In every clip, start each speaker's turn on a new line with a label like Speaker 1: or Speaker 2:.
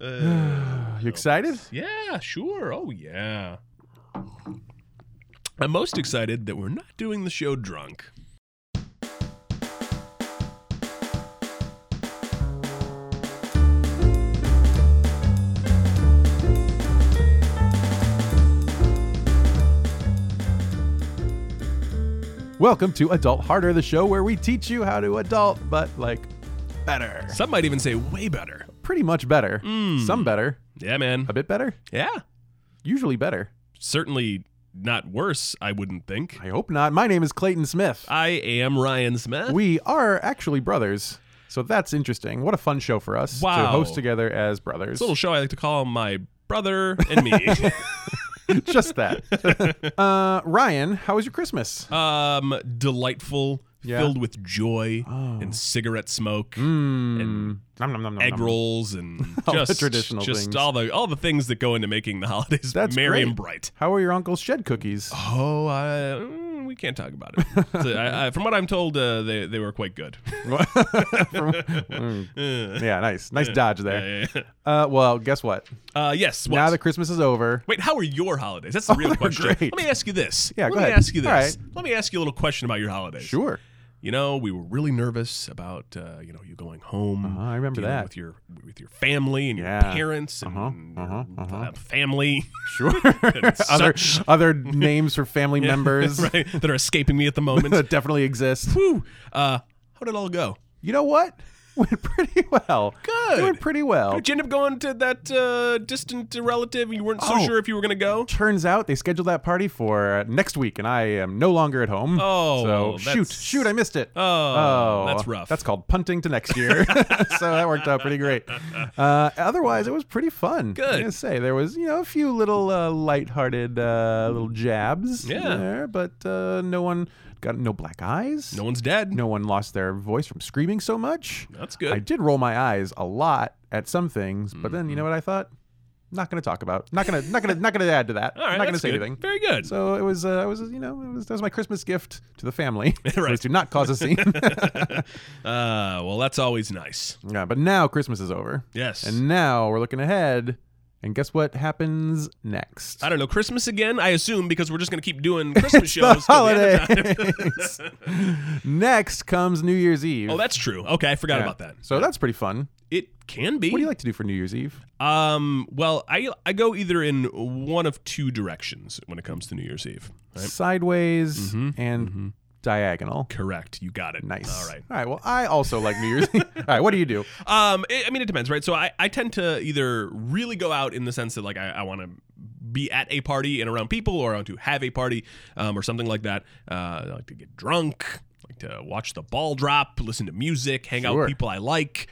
Speaker 1: Uh,
Speaker 2: you excited?
Speaker 1: yeah, sure. Oh, yeah. I'm most excited that we're not doing the show drunk.
Speaker 2: Welcome to Adult Harder, the show where we teach you how to adult, but like better.
Speaker 1: Some might even say way better.
Speaker 2: Pretty much better.
Speaker 1: Hmm.
Speaker 2: Some better.
Speaker 1: Yeah, man.
Speaker 2: A bit better.
Speaker 1: Yeah.
Speaker 2: Usually better.
Speaker 1: Certainly not worse, I wouldn't think.
Speaker 2: I hope not. My name is Clayton Smith.
Speaker 1: I am Ryan Smith.
Speaker 2: we are actually brothers. So that's interesting. What a fun show for us to
Speaker 1: Wow.
Speaker 2: host together as brothers.
Speaker 1: This little show I like to call my brother and me.
Speaker 2: Just that. uh, Ryan, how was your Christmas?
Speaker 1: um, delightful,
Speaker 2: Yeah. Oh.
Speaker 1: filled with joy and cigarette smoke.
Speaker 2: Mm, nom, nom, nom, nom,
Speaker 1: egg
Speaker 2: nom.
Speaker 1: rolls and
Speaker 2: All the
Speaker 1: just
Speaker 2: traditional
Speaker 1: just
Speaker 2: things.
Speaker 1: all the all the things that go into making the holidays
Speaker 2: That's
Speaker 1: merry
Speaker 2: great.
Speaker 1: and bright.
Speaker 2: How are your uncle's shed cookies?
Speaker 1: Oh, I, mm, we can't talk about it. So, I, I, from what I'm told, uh, they they were quite good.
Speaker 2: yeah, nice. Nice dodge there.
Speaker 1: Uh,
Speaker 2: Uh, well, guess what?
Speaker 1: uh, yes. What?
Speaker 2: Now that Christmas is over,
Speaker 1: Wait, how are your holidays? That's the real
Speaker 2: they're
Speaker 1: question.
Speaker 2: great.
Speaker 1: Let me ask you this.
Speaker 2: Yeah,
Speaker 1: Let
Speaker 2: go
Speaker 1: me
Speaker 2: ahead.
Speaker 1: ask you this.
Speaker 2: All
Speaker 1: Let me ask you a little question about your holidays.
Speaker 2: sure.
Speaker 1: You know, we were really nervous about uh, you know you going home.
Speaker 2: Uh-huh, I remember
Speaker 1: dealing
Speaker 2: that.
Speaker 1: with your with your family and your
Speaker 2: Yeah.
Speaker 1: parents and
Speaker 2: Uh-huh,
Speaker 1: your,
Speaker 2: uh-huh,
Speaker 1: uh, family.
Speaker 2: Sure. other
Speaker 1: such.
Speaker 2: other names for family members
Speaker 1: right, that are escaping me at the moment.
Speaker 2: that definitely exist.
Speaker 1: Whew. Uh, how did it all go?
Speaker 2: You know what? Went pretty well.
Speaker 1: Good.
Speaker 2: It went pretty well.
Speaker 1: Did you end up going to that uh, distant relative and you weren't so
Speaker 2: Oh.
Speaker 1: sure if you were going to go?
Speaker 2: Turns out they scheduled that party for uh, next week, and I am no longer at home.
Speaker 1: Oh,
Speaker 2: so
Speaker 1: that's-
Speaker 2: shoot, shoot, I missed it.
Speaker 1: Oh, that's rough.
Speaker 2: That's called punting to next year. so that worked out pretty great. Uh, otherwise, it was pretty fun.
Speaker 1: Good.
Speaker 2: I'm gonna say there was you know a few little uh, lighthearted uh, little jabs
Speaker 1: Yeah.
Speaker 2: there, but uh, no one got no black eyes.
Speaker 1: No one's dead.
Speaker 2: No one lost their voice from screaming so much.
Speaker 1: That's good. Mm-hmm.
Speaker 2: I did roll my eyes a lot at some things, but then you know what I thought? Not going to talk about. Not going to. Not going to. Not going to add to that.
Speaker 1: All right,
Speaker 2: not going to
Speaker 1: that's
Speaker 2: say
Speaker 1: good.
Speaker 2: anything.
Speaker 1: Very good.
Speaker 2: So it was. Uh, I was. You know. It was. That was my Christmas gift to the family.
Speaker 1: Right.
Speaker 2: was to not cause a scene.
Speaker 1: uh, well, that's always nice.
Speaker 2: yeah. But now Christmas is over,
Speaker 1: Yes.
Speaker 2: and now we're looking ahead. And guess what happens next?
Speaker 1: I don't know. Christmas again, I assume, because we're just going to keep doing Christmas
Speaker 2: The
Speaker 1: shows. till the end of time.
Speaker 2: holidays. next comes New Year's Eve.
Speaker 1: Oh, that's true. Okay, I forgot
Speaker 2: Yeah.
Speaker 1: about that. E-
Speaker 2: So that's pretty fun.
Speaker 1: It can be.
Speaker 2: What do you like to do for New Year's Eve?
Speaker 1: Um, well, I I go either in one of two directions when it comes to New Year's Eve. Right?
Speaker 2: Sideways and diagonal.
Speaker 1: Correct. You got it.
Speaker 2: Nice.
Speaker 1: All right.
Speaker 2: All right. Well, I also like New Year's. All right. What do you do?
Speaker 1: Um, it, I mean, it depends, right? So I, I tend to either really go out in the sense that like I, I want to be at a party and around people, or I want to have a party, um, or something like that. Uh, I like to get drunk, like to watch the ball drop, listen to music, hang out
Speaker 2: Sure.
Speaker 1: with people I like.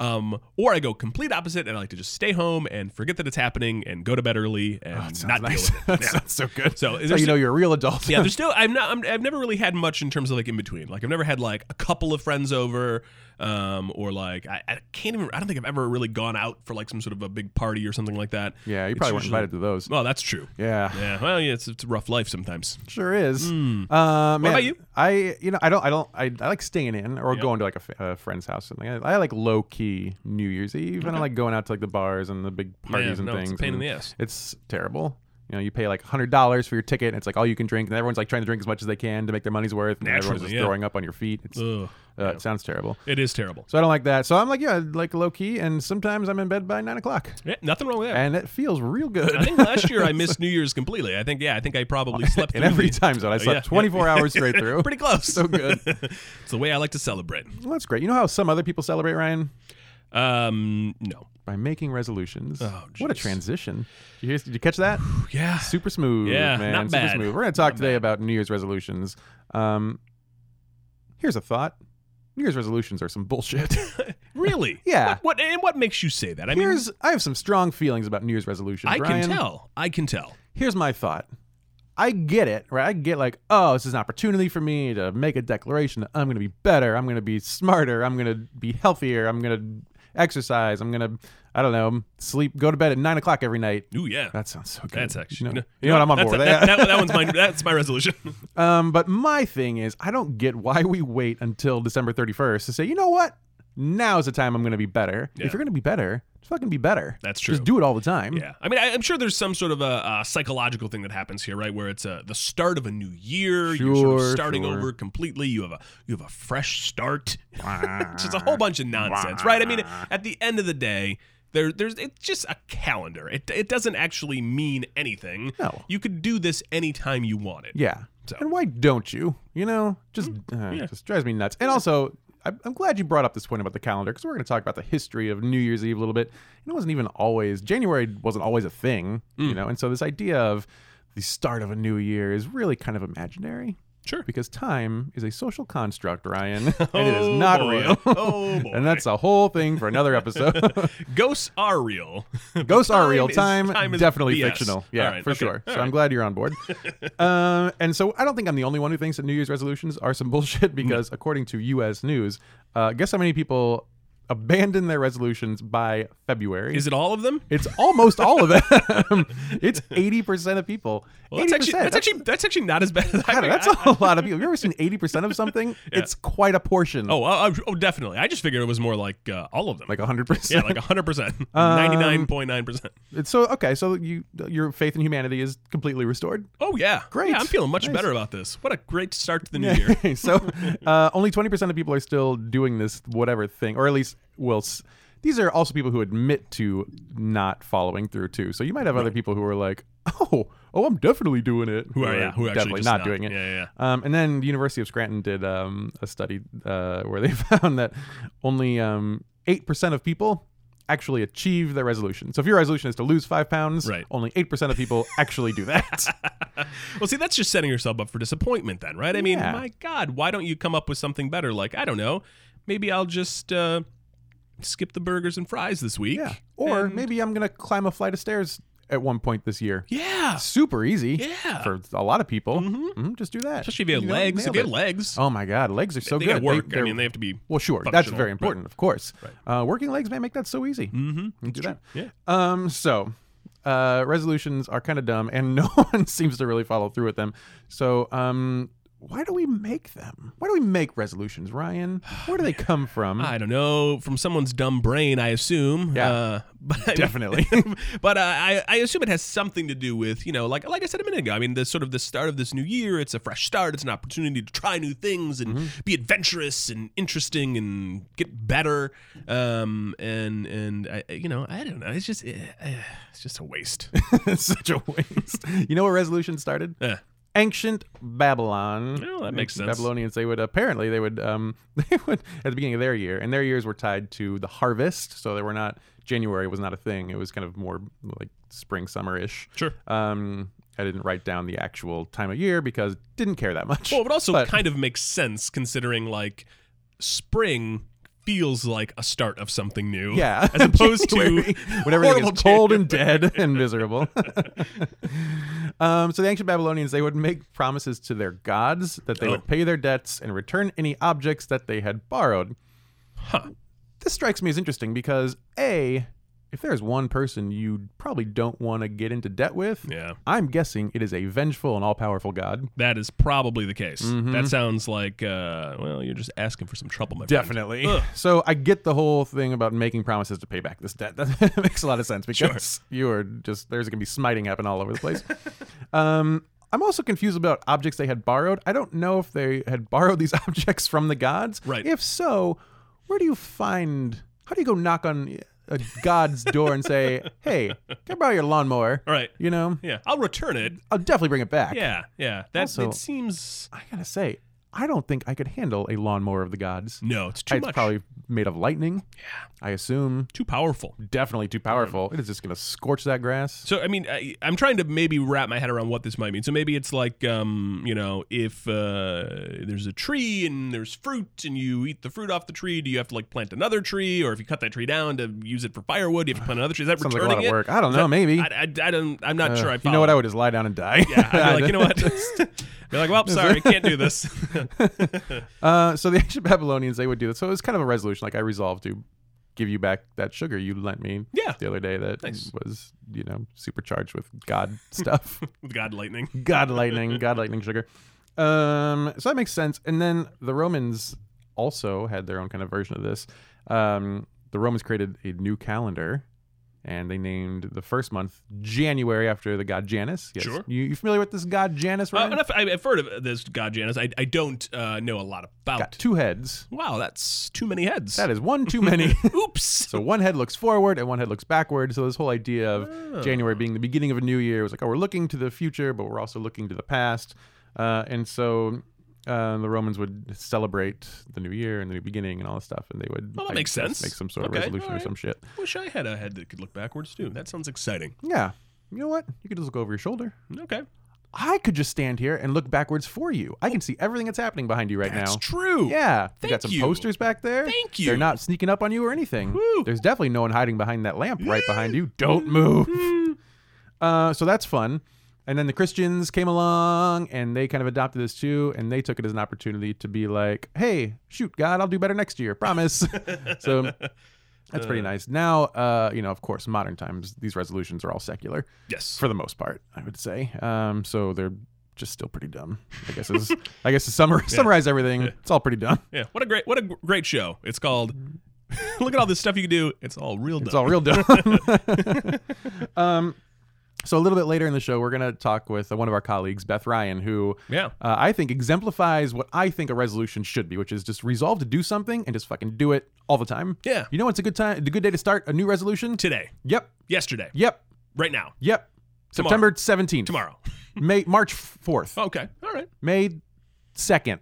Speaker 1: Um, or I go complete opposite and I like to just stay home and forget that it's happening and go to bed early and not deal with it.
Speaker 2: Oh, that
Speaker 1: Yeah.
Speaker 2: sounds so good.
Speaker 1: So, is
Speaker 2: So
Speaker 1: there
Speaker 2: you know you're a real adult.
Speaker 1: yeah, there's no. I'm not. I'm, I've never really had much in terms of like in between. Like I've never had like a couple of friends over, um, or like I, I can't even. I don't think I've ever really gone out for like some sort of a big party or something like that.
Speaker 2: yeah. You
Speaker 1: It's
Speaker 2: probably weren't
Speaker 1: usually-
Speaker 2: invited to those.
Speaker 1: Well, that's true.
Speaker 2: Yeah.
Speaker 1: Yeah. Well, yeah. It's, it's a rough life sometimes.
Speaker 2: Sure is. Uh, man,
Speaker 1: Hmm. about you?
Speaker 2: I you know I don't I don't I, I like staying in or going to like a, fa- a friend's house or something. I, I like low key New Year's Eve. I don't like going out to like the bars and the big parties and
Speaker 1: no, it's a
Speaker 2: things.
Speaker 1: pain in
Speaker 2: and
Speaker 1: the ass.
Speaker 2: It's terrible. You know, you pay like hundred dollars for your ticket, and it's like all you can drink, and everyone's like trying to drink as much as they can to make their money's worth. And everyone's
Speaker 1: Naturally,
Speaker 2: just
Speaker 1: yeah.
Speaker 2: throwing up on your feet. It's, uh,
Speaker 1: Ugh.
Speaker 2: It sounds terrible.
Speaker 1: It is terrible.
Speaker 2: So I don't like that. So I'm like, yeah, like low key, and sometimes I'm in bed by nine o'clock,
Speaker 1: Yeah, nothing wrong with that.
Speaker 2: and it feels real good.
Speaker 1: I think last year I missed New Year's completely. I think yeah. I think I probably slept
Speaker 2: in
Speaker 1: through
Speaker 2: every
Speaker 1: the-
Speaker 2: time zone, I
Speaker 1: yeah,
Speaker 2: slept
Speaker 1: yeah.
Speaker 2: 24 hours straight through.
Speaker 1: Pretty close.
Speaker 2: so good.
Speaker 1: it's the way I like to celebrate.
Speaker 2: Well, that's great. You know how some other people celebrate, Ryan?
Speaker 1: Um, no.
Speaker 2: By making resolutions.
Speaker 1: Oh,
Speaker 2: what a
Speaker 1: jeez.
Speaker 2: transition. Did you, hear- did you catch that?
Speaker 1: Yeah.
Speaker 2: Super smooth,
Speaker 1: Yeah,
Speaker 2: man.
Speaker 1: not
Speaker 2: Super
Speaker 1: bad.
Speaker 2: smooth. We're going to talk today about New Year's resolutions. Um, here's a thought New Year's resolutions are some bullshit.
Speaker 1: Really?
Speaker 2: Yeah.
Speaker 1: What, what and what makes you say that? I mean,
Speaker 2: here's, I have some strong feelings about New Year's resolutions.
Speaker 1: I
Speaker 2: Ryan.
Speaker 1: can tell. I can tell.
Speaker 2: here's my thought. I get it, right? I get like, oh, this is an opportunity for me to make a declaration that I'm going to be better, I'm going to be smarter, I'm going to be healthier, I'm going to exercise, I'm going to, I don't know, sleep, go to bed at nine o'clock every night.
Speaker 1: Ooh, yeah.
Speaker 2: That sounds so good.
Speaker 1: That's actually.
Speaker 2: you
Speaker 1: no,
Speaker 2: know, you know what Uh, I'm on
Speaker 1: that's-
Speaker 2: board. with
Speaker 1: That,
Speaker 2: that.
Speaker 1: that- that one's my. That's my resolution.
Speaker 2: Um, but my thing is, I don't get why we wait until December 31st to say, you know what? Now's the time I'm going to be better.
Speaker 1: Yeah.
Speaker 2: If you're going to be better, Just fucking be better.
Speaker 1: That's true.
Speaker 2: Just do it all the time.
Speaker 1: Yeah, I mean, I, I'm sure there's some sort of a, a psychological thing that happens here, right? Where it's uh the start of a new year, you're sort of
Speaker 2: Sure,
Speaker 1: starting
Speaker 2: sure.
Speaker 1: over completely. You have a you have a fresh start. it's just a whole bunch of nonsense, right? I mean, at the end of the day. There, there's it's just a calendar. It, it doesn't actually mean anything.
Speaker 2: No.
Speaker 1: You could do this anytime you want it.
Speaker 2: Yeah.
Speaker 1: So- Mm,
Speaker 2: And why don't you? You know, just uh, just drives me nuts. And also, I- I'm glad you brought up this point about the calendar because we're going to talk about the history of New Year's Eve a little bit. And it wasn't even always January wasn't always a thing,
Speaker 1: Mm.
Speaker 2: you know. And so this idea of the start of a new year is really kind of imaginary
Speaker 1: Sure.
Speaker 2: because time is a social construct, Ryan, and it is not
Speaker 1: Oh, boy.
Speaker 2: real.
Speaker 1: Oh, boy.
Speaker 2: and that's a whole thing for another episode.
Speaker 1: Ghosts are real.
Speaker 2: Ghosts are real.
Speaker 1: is-
Speaker 2: Time,
Speaker 1: time is
Speaker 2: definitely
Speaker 1: BS.
Speaker 2: fictional. Yeah,
Speaker 1: All right,
Speaker 2: for
Speaker 1: okay,
Speaker 2: sure.
Speaker 1: all
Speaker 2: So I'm glad you're on board. um, and so I don't think I'm the only one who thinks that New Year's resolutions are some
Speaker 1: Mm.
Speaker 2: bullshit because, according to U.S. News, uh, guess how many people abandon their resolutions by February?
Speaker 1: Is it all of them?
Speaker 2: it's almost all of them. it's 80% of people.
Speaker 1: Well, that's
Speaker 2: 80%.
Speaker 1: actually that's, actually that's actually not as bad as I,
Speaker 2: God, that's
Speaker 1: I-
Speaker 2: a lot of people. Have you ever seen 80% of something? It's quite a portion.
Speaker 1: Oh, uh, oh, definitely. I just figured it was more like uh, all of them.
Speaker 2: Like Um, 100%.
Speaker 1: yeah, like 100%. 99.9%.
Speaker 2: It's so, okay, so you your faith in humanity is completely restored.
Speaker 1: Oh, yeah.
Speaker 2: Great.
Speaker 1: Yeah, I'm feeling much
Speaker 2: Nice.
Speaker 1: better about this. What a great start to the new year.
Speaker 2: so uh, only 20% of people are still doing this whatever thing or at least will s- these are also people who admit to not following through too so you might have other people who are like oh oh i'm definitely doing it
Speaker 1: Who are, yeah, who are actually
Speaker 2: definitely
Speaker 1: just
Speaker 2: not,
Speaker 1: not.
Speaker 2: doing it
Speaker 1: Yeah, yeah,
Speaker 2: Um, and then the university of scranton did um, a study uh, where they found that only um, 8% of people actually achieve their resolution so if your resolution is to lose five pounds
Speaker 1: Right.
Speaker 2: only 8% of people actually do that
Speaker 1: Well, see, that's just setting yourself up for disappointment then, right? I mean,
Speaker 2: Yeah.
Speaker 1: my God, why don't you come up with something better? Like, I don't know, maybe I'll just uh, skip the burgers and fries this week.
Speaker 2: Yeah. Or
Speaker 1: And-
Speaker 2: maybe I'm going to climb a flight of stairs at one point this year.
Speaker 1: Yeah.
Speaker 2: Super easy.
Speaker 1: Yeah. Mm-hmm.
Speaker 2: For a lot of people. Mhm, just do that.
Speaker 1: Especially if you have
Speaker 2: know,
Speaker 1: legs. If
Speaker 2: nailed
Speaker 1: you have
Speaker 2: it.
Speaker 1: legs,
Speaker 2: Oh my God, legs are so
Speaker 1: they
Speaker 2: good.
Speaker 1: gotta work. I
Speaker 2: they're-
Speaker 1: mean, they have to be.
Speaker 2: well, sure. That's
Speaker 1: functional,
Speaker 2: very
Speaker 1: right.
Speaker 2: important, of course. Uh, working legs may make that so easy.
Speaker 1: Mm-hmm.
Speaker 2: You Do that.
Speaker 1: Yeah.
Speaker 2: Um, so uh, resolutions are kind of dumb, and no one seems to really follow through with them. So um, why do we make them? Why do we make resolutions, Ryan? Where do they come from?
Speaker 1: I don't know from someone's dumb brain, I assume.
Speaker 2: Yeah.
Speaker 1: uh, but I mean-
Speaker 2: Definitely.
Speaker 1: but uh, I, I assume it has something to do with you know, like like I said a minute ago. I mean, the sort of the start of this new year. It's a fresh start. It's an opportunity to try new things and
Speaker 2: Mm-hmm.
Speaker 1: be adventurous and interesting and get better. Um, and and I, you know, I don't know. It's just eh, eh, it's just a waste.
Speaker 2: it's such a waste. You know where resolutions started?
Speaker 1: Eh.
Speaker 2: ancient Babylon.
Speaker 1: Well, that makes
Speaker 2: Ancient
Speaker 1: sense.
Speaker 2: Babylonians, they would apparently they would um they would at the beginning of their year, and their years were tied to the harvest, so they were not January was not a thing. It was kind of more like spring summer ish.
Speaker 1: Sure.
Speaker 2: Um, I didn't write down the actual time of year because didn't care that much.
Speaker 1: Well, it also
Speaker 2: But-
Speaker 1: kind of makes sense considering like spring feels like a start of something new.
Speaker 2: Yeah.
Speaker 1: As opposed
Speaker 2: January,
Speaker 1: to
Speaker 2: when everything
Speaker 1: horrible
Speaker 2: is cold and dead and miserable. um, so the ancient Babylonians they would make promises to their gods that they
Speaker 1: Oh.
Speaker 2: would pay their debts and return any objects that they had borrowed.
Speaker 1: Huh.
Speaker 2: This strikes me as interesting because a if there's one person you probably don't want to get into debt with,
Speaker 1: Yeah.
Speaker 2: I'm guessing it is a vengeful and all-powerful god.
Speaker 1: That is probably the case.
Speaker 2: Mm-hmm.
Speaker 1: That sounds like, uh, well, you're just asking for some trouble, my friend.
Speaker 2: Definitely. So I get the whole thing about making promises to pay back this debt. That makes a lot of sense because you are just there's gonna be smiting happening all over the place. um, I'm also confused about objects they had borrowed. I don't know if they had borrowed these objects from the gods.
Speaker 1: Right.
Speaker 2: If so, where do you find? How do you go knock on a god's door and say, "Hey, can I borrow your lawnmower?"
Speaker 1: All right.
Speaker 2: You know,
Speaker 1: Yeah. I'll return it.
Speaker 2: I'll definitely bring it back.
Speaker 1: Yeah. Yeah. That
Speaker 2: Also-
Speaker 1: it seems.
Speaker 2: I gotta say, I don't think I could handle a lawnmower of the gods.
Speaker 1: No, it's too
Speaker 2: it's
Speaker 1: much.
Speaker 2: probably made of lightning.
Speaker 1: Yeah. Mm.
Speaker 2: I assume
Speaker 1: Too powerful.
Speaker 2: definitely too powerful. It is just going to scorch that grass.
Speaker 1: So I mean, I, I'm trying to maybe wrap my head around what this might mean. So maybe it's like, um, you know, if uh, there's a tree and there's fruit and you eat the fruit off the tree, do you have to like plant another tree, or if you cut that tree down to use it for firewood, you have to plant another tree? Is that
Speaker 2: Sounds like a
Speaker 1: returning
Speaker 2: lot of
Speaker 1: it?
Speaker 2: work. I don't know. Maybe.
Speaker 1: I, I, I don't. I'm not
Speaker 2: Uh,
Speaker 1: sure. I.
Speaker 2: you know what?
Speaker 1: follow.
Speaker 2: I would just lie down and die.
Speaker 1: Yeah, I'd be like, you know what? Be like, well, sorry, can't do this.
Speaker 2: Uh, so the ancient Babylonians they would do this. So it was kind of a resolution. Like I resolved to give you back that sugar you lent me
Speaker 1: yeah,
Speaker 2: the other day. That
Speaker 1: Nice.
Speaker 2: was you know supercharged with God stuff.
Speaker 1: with God lightning.
Speaker 2: God lightning, God lightning sugar. Um, so that makes sense. And then the Romans also had their own kind of version of this. Um, the Romans created a new calendar And they named the first month January after the god Janus. Yes.
Speaker 1: Sure.
Speaker 2: You, you familiar with this god Janus,
Speaker 1: Uh,
Speaker 2: right?
Speaker 1: and I've, I've heard of this god Janus. I, I don't uh, know a lot about.
Speaker 2: Got two heads.
Speaker 1: Wow, that's too many heads.
Speaker 2: That is one too many.
Speaker 1: Oops.
Speaker 2: So one head looks forward and one head looks backward. So this whole idea of
Speaker 1: Ah.
Speaker 2: January being the beginning of a new year was like, oh, we're looking to the future, but we're also looking to the past. Uh, and so uh, the Romans would celebrate the new year and the new beginning and all this stuff, and they would
Speaker 1: Well, Oh, that
Speaker 2: I
Speaker 1: makes
Speaker 2: guess,
Speaker 1: sense.
Speaker 2: make some sort of
Speaker 1: Okay,
Speaker 2: resolution
Speaker 1: all
Speaker 2: or some shit.
Speaker 1: Wish I had a head that could look backwards too. That sounds exciting.
Speaker 2: Yeah, you know what? You could just look over your shoulder.
Speaker 1: Okay,
Speaker 2: I could just stand here and look backwards for you. I can see everything that's happening behind you right
Speaker 1: that's
Speaker 2: now.
Speaker 1: true.
Speaker 2: Yeah, we
Speaker 1: Thank
Speaker 2: got some
Speaker 1: you.
Speaker 2: posters back there.
Speaker 1: Thank
Speaker 2: They're
Speaker 1: you.
Speaker 2: not sneaking up on you or anything.
Speaker 1: Woo.
Speaker 2: There's definitely no one hiding behind that lamp right behind you. Don't move. Uh, so that's fun. And then the Christians came along and they kind of adopted this too, and they took it as an opportunity to be like, "Hey, shoot, God, I'll do better next year, promise." so that's pretty nice. Now, uh, you know, of course, modern times these resolutions are all secular
Speaker 1: Yes.
Speaker 2: for the most part, I would say. Um, so they're just still pretty dumb. I guess is I guess to summar, summarize everything, it's all pretty dumb.
Speaker 1: yeah. What a great what a gr- great show. It's called. look at all this stuff you can do. It's all real.
Speaker 2: It's
Speaker 1: dumb.
Speaker 2: all real dumb. um, so a little bit later in the show, we're gonna talk with uh, one of our colleagues, Beth Ryan, who
Speaker 1: yeah.
Speaker 2: uh, I think exemplifies what I think a resolution should be, which is just resolve to do something and just fucking do it all the time.
Speaker 1: Yeah.
Speaker 2: You know, it's a good time, a good day to start a new resolution.
Speaker 1: Today.
Speaker 2: Yep,
Speaker 1: Yesterday.
Speaker 2: yep,
Speaker 1: Right now.
Speaker 2: yep.
Speaker 1: Tomorrow.
Speaker 2: September seventeenth,
Speaker 1: Tomorrow.
Speaker 2: May March fourth,
Speaker 1: Okay. All right.
Speaker 2: May second.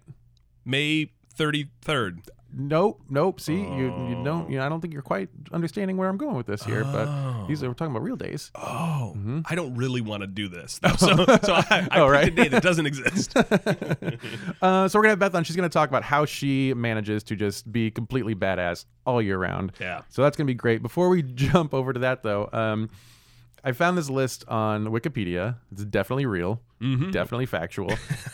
Speaker 1: May thirty third.
Speaker 2: Nope, nope. See, you you don't. You know, I don't think you're quite understanding where I'm going with this here. But these are we're talking about real days.
Speaker 1: Oh,
Speaker 2: Mm-hmm.
Speaker 1: I don't really want to do this. though. So, so I, I
Speaker 2: Oh,
Speaker 1: picked a
Speaker 2: right.
Speaker 1: day that doesn't exist.
Speaker 2: Uh, so we're gonna have Beth on. She's gonna talk about how she manages to just be completely badass all year round.
Speaker 1: Yeah.
Speaker 2: So that's gonna be great. Before we jump over to that though, um, I found this list on Wikipedia. It's definitely real, definitely factual,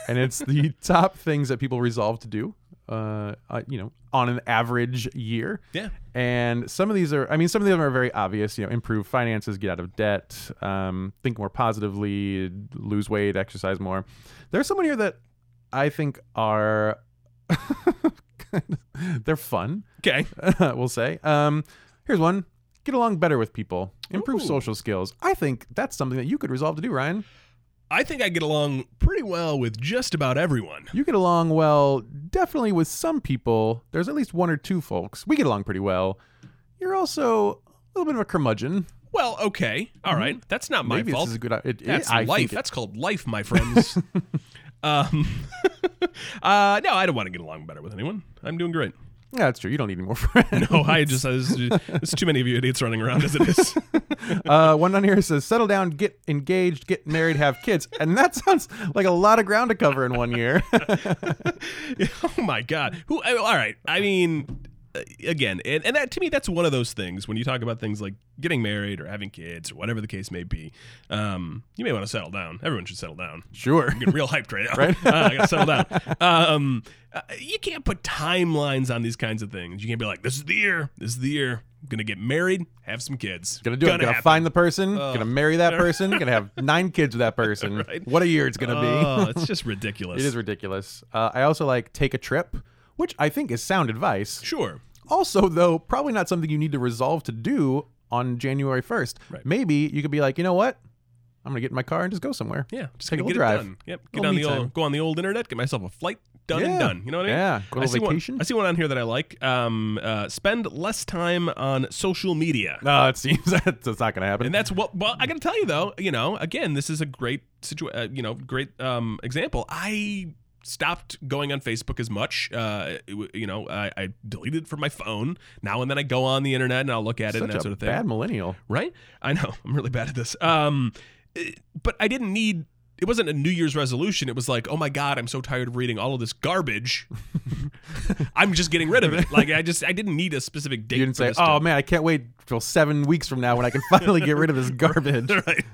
Speaker 2: and it's the top things that people resolve to do. Uh, uh, you know, on an average year.
Speaker 1: Yeah.
Speaker 2: And some of these are, I mean, some of them are very obvious. You know, improve finances, get out of debt, um, think more positively, lose weight, exercise more. There's someone here that I think are, they're fun,
Speaker 1: Okay.
Speaker 2: we'll say. Um, here's one get along better with people, improve
Speaker 1: Ooh.
Speaker 2: social skills. I think that's something that you could resolve to do, Ryan.
Speaker 1: I think I get along pretty well with just about everyone.
Speaker 2: You get along well, definitely with some people. There's at least one or two folks. We get along pretty well. You're also a little bit of a curmudgeon.
Speaker 1: Well, okay. All right. That's not my
Speaker 2: Mm-hmm. Maybe
Speaker 1: fault.
Speaker 2: this is a good. It, it-
Speaker 1: That's
Speaker 2: I
Speaker 1: life.
Speaker 2: think it-
Speaker 1: That's called life, my friends. um, uh, no, I don't want to get along better with anyone. I'm doing great.
Speaker 2: yeah, that's true. You don't need any more friends.
Speaker 1: No, I just, I was- there's too many of you idiots running around as it is.
Speaker 2: uh, one on here says, "Settle down, get engaged, get married, have kids," and that sounds like a lot of ground to cover in one year.
Speaker 1: oh my God. Who? I- all right. I mean, uh, again, and, and that to me, that's one of those things when you talk about things like getting married or having kids or whatever the case may be. Um, you may want to settle down. Everyone should settle down.
Speaker 2: sure.
Speaker 1: I'm getting real hyped right now. Right? I gotta settle down. Um, uh, you can't put timelines on these kinds of things. You can't be like, this is the year, this is the year. I'm gonna get married, have some kids.
Speaker 2: Gonna do it. Gonna
Speaker 1: happen. Oh.
Speaker 2: find the person. gonna marry that person. Gonna have nine kids with that person.
Speaker 1: Right.
Speaker 2: What a year it's gonna be.
Speaker 1: Oh, it's just ridiculous.
Speaker 2: It is ridiculous. Uh, I also like take a trip, which I think is sound advice.
Speaker 1: Sure.
Speaker 2: Also, though, probably not something you need to resolve to do on January 1st.
Speaker 1: Right.
Speaker 2: Maybe you could be like, you know what? I'm going to get in my car and just go somewhere.
Speaker 1: Yeah. Just
Speaker 2: Take a
Speaker 1: gonna get
Speaker 2: little
Speaker 1: it
Speaker 2: drive.
Speaker 1: done. Yep. Get
Speaker 2: Little
Speaker 1: on
Speaker 2: me
Speaker 1: the
Speaker 2: time.
Speaker 1: old, go on the old internet, get myself a flight, done
Speaker 2: Yeah.
Speaker 1: and done. You know what I mean?
Speaker 2: Yeah. Go
Speaker 1: I
Speaker 2: on
Speaker 1: see, one,
Speaker 2: vacation.
Speaker 1: I see one on here that I like. Um, uh, spend less time on social media.
Speaker 2: No, it seems that's that's not going to happen.
Speaker 1: And that's what. Well, I got to tell you though, you know, again, this is a great situ- uh, you know, great um, example. I stopped going on Facebook as much. Uh, it w- you know, I, I deleted it from my phone. Now and then I go on the internet and I'll look at it
Speaker 2: Such
Speaker 1: and that
Speaker 2: a
Speaker 1: sort of thing.
Speaker 2: bad millennial.
Speaker 1: Right? I know. I'm really bad at this. Um, it- but I didn't need. It wasn't a New Year's resolution. It was like, oh my god, I'm so tired of reading all of this garbage. I'm just getting rid of it. Like I just, I didn't need a specific date.
Speaker 2: You didn't
Speaker 1: for
Speaker 2: say,
Speaker 1: this to-
Speaker 2: oh, man, I can't wait till seven weeks from now when I can finally get rid of this garbage.
Speaker 1: right.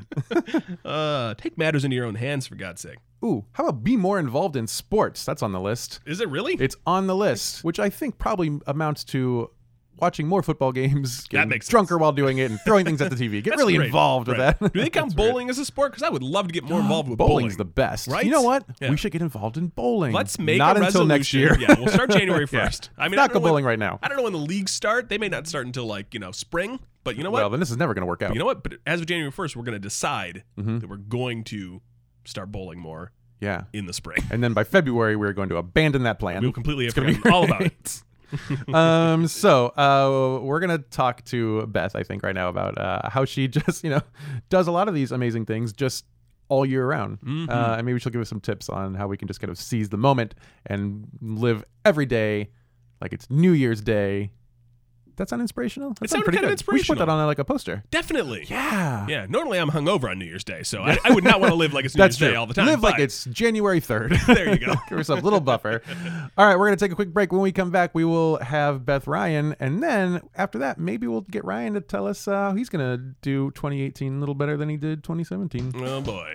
Speaker 1: uh, take matters into your own hands, for God's sake.
Speaker 2: Ooh, how about be more involved in sports? That's on the list.
Speaker 1: Is it really?
Speaker 2: It's on the list, which I think probably amounts to watching more football games, getting
Speaker 1: makes sense.
Speaker 2: drunker while doing it, and throwing things at the TV. Get
Speaker 1: That's
Speaker 2: really
Speaker 1: great.
Speaker 2: involved with
Speaker 1: Right.
Speaker 2: that.
Speaker 1: Do they count bowling as a sport? Because I would love to get more involved with bowling.
Speaker 2: Bowling's the best.
Speaker 1: Right?
Speaker 2: You know what?
Speaker 1: Yeah.
Speaker 2: We should get involved in bowling.
Speaker 1: Let's make
Speaker 2: not
Speaker 1: a
Speaker 2: until
Speaker 1: resolution.
Speaker 2: next year.
Speaker 1: yeah, we'll start January first. I mean, I
Speaker 2: not
Speaker 1: don't
Speaker 2: go
Speaker 1: know when-
Speaker 2: bowling right now.
Speaker 1: I don't know when the leagues start. They may not start until like you know spring. But you know what?
Speaker 2: well, then this is never going to work out.
Speaker 1: you know what? But as of January 1st, we're going to decide
Speaker 2: Mhm.
Speaker 1: that we're going to start bowling more
Speaker 2: yeah.
Speaker 1: in the spring.
Speaker 2: And then by February, we are going to abandon that plan.
Speaker 1: We'll completely have
Speaker 2: It's gonna be
Speaker 1: forgotten all about it.
Speaker 2: it. um, so uh, we're gonna talk to Beth, I think, right now about uh, how she just, you know, does a lot of these amazing things just all year round,
Speaker 1: Mm-hmm.
Speaker 2: uh, and maybe she'll give us some tips on how we can just kind of seize the moment and live every day like it's New Year's Day. That sound inspirational? That
Speaker 1: It
Speaker 2: sound
Speaker 1: sounded
Speaker 2: pretty
Speaker 1: kinda
Speaker 2: good. We should put
Speaker 1: inspirational.
Speaker 2: that on uh, like a poster.
Speaker 1: Definitely.
Speaker 2: Yeah.
Speaker 1: Yeah, normally I'm hungover on New Year's Day, so I, I would not want to live like it's New
Speaker 2: That's
Speaker 1: Year's
Speaker 2: true.
Speaker 1: Day all the time.
Speaker 2: Live like
Speaker 1: but-
Speaker 2: it's January 3rd.
Speaker 1: There you go.
Speaker 2: Give yourself a little buffer. All right, we're going to take a quick break. When we come back, we will have Beth Ryan. And then after that, maybe we'll get Ryan to tell us uh, how he's going to do 2018 a little better than he did 2017.
Speaker 1: Oh boy.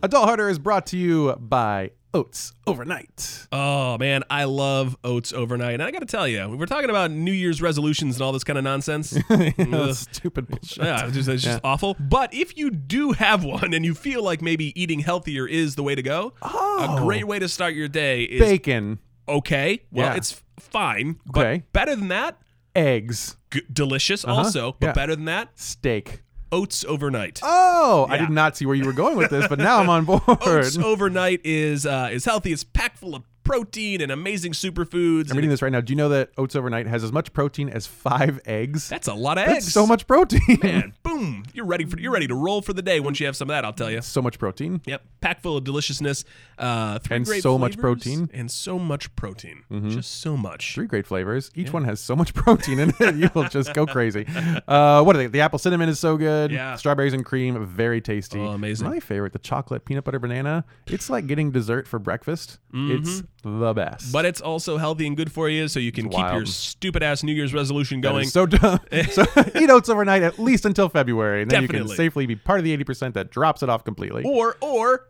Speaker 2: Adult Harder is brought to you by Oats Overnight.
Speaker 1: Oh man, I love oats overnight. And I got to tell you, we were talking about New Year's resolutions and all this kind of nonsense. Ugh.
Speaker 2: Stupid bullshit.
Speaker 1: Yeah, it's just, it's just awful. But if you do have one and you feel like maybe eating healthier is the way to go,
Speaker 2: Oh.
Speaker 1: a great way to start your day is
Speaker 2: Bacon,
Speaker 1: okay. Well,
Speaker 2: Yeah.
Speaker 1: it's f- fine,
Speaker 2: Okay.
Speaker 1: but better than that,
Speaker 2: eggs,
Speaker 1: g- delicious also. But
Speaker 2: Uh-huh. Yeah.
Speaker 1: better than that,
Speaker 2: steak.
Speaker 1: oats overnight.
Speaker 2: Oh, I
Speaker 1: Yeah.
Speaker 2: did not see where you were going with this, but now I'm on board.
Speaker 1: Oats overnight is uh, is healthy. It's packed full of protein and amazing superfoods.
Speaker 2: I'm
Speaker 1: and
Speaker 2: reading this right now. Do you know that Oats Overnight has as much protein as five eggs?
Speaker 1: That's a lot of
Speaker 2: That's
Speaker 1: eggs.
Speaker 2: so much protein.
Speaker 1: And boom, you're ready for you're ready to roll for the day once you have some of that. I'll tell you.
Speaker 2: So much protein.
Speaker 1: Yep, packed full of deliciousness. Uh, three
Speaker 2: And
Speaker 1: great
Speaker 2: so much
Speaker 1: flavors
Speaker 2: protein. Mm-hmm.
Speaker 1: and so much protein, just so much.
Speaker 2: Three great flavors. Each one has so much protein in it, you will just go crazy. Uh, what are they? The apple cinnamon is so good.
Speaker 1: Yeah.
Speaker 2: Strawberries and cream, very tasty.
Speaker 1: Oh, amazing.
Speaker 2: My favorite, the chocolate peanut butter banana. It's like getting dessert for breakfast. It's the best.
Speaker 1: Mm-hmm. But it's also healthy and good for you, so you can keep your
Speaker 2: wild.
Speaker 1: stupid ass New Year's resolution
Speaker 2: That
Speaker 1: going.
Speaker 2: is so dumb. so eat oats overnight at least until February, and then you
Speaker 1: Definitely.
Speaker 2: can safely be part of the eighty percent that drops it off completely.
Speaker 1: or or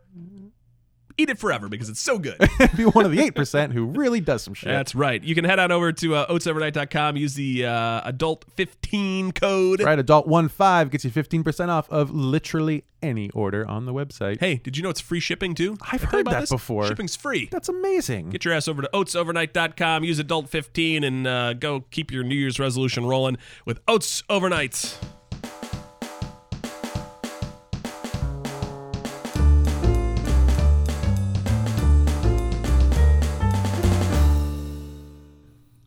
Speaker 1: eat it forever because it's so good.
Speaker 2: be one of the eight percent who really does some shit.
Speaker 1: Oh. That's right. You can head on over to uh, oatsovernight.com. Use the uh, adult fifteen code.
Speaker 2: Right, adult one five gets you fifteen percent off of literally any order on the website.
Speaker 1: Hey, did you know it's free shipping too?
Speaker 2: I've
Speaker 1: I tell you
Speaker 2: heard
Speaker 1: about
Speaker 2: that
Speaker 1: this?
Speaker 2: before.
Speaker 1: Shipping's free.
Speaker 2: That's amazing.
Speaker 1: Get your ass over to oatsovernight.com. Use adult fifteen and uh, go keep your New Year's resolution rolling with Oats Overnight.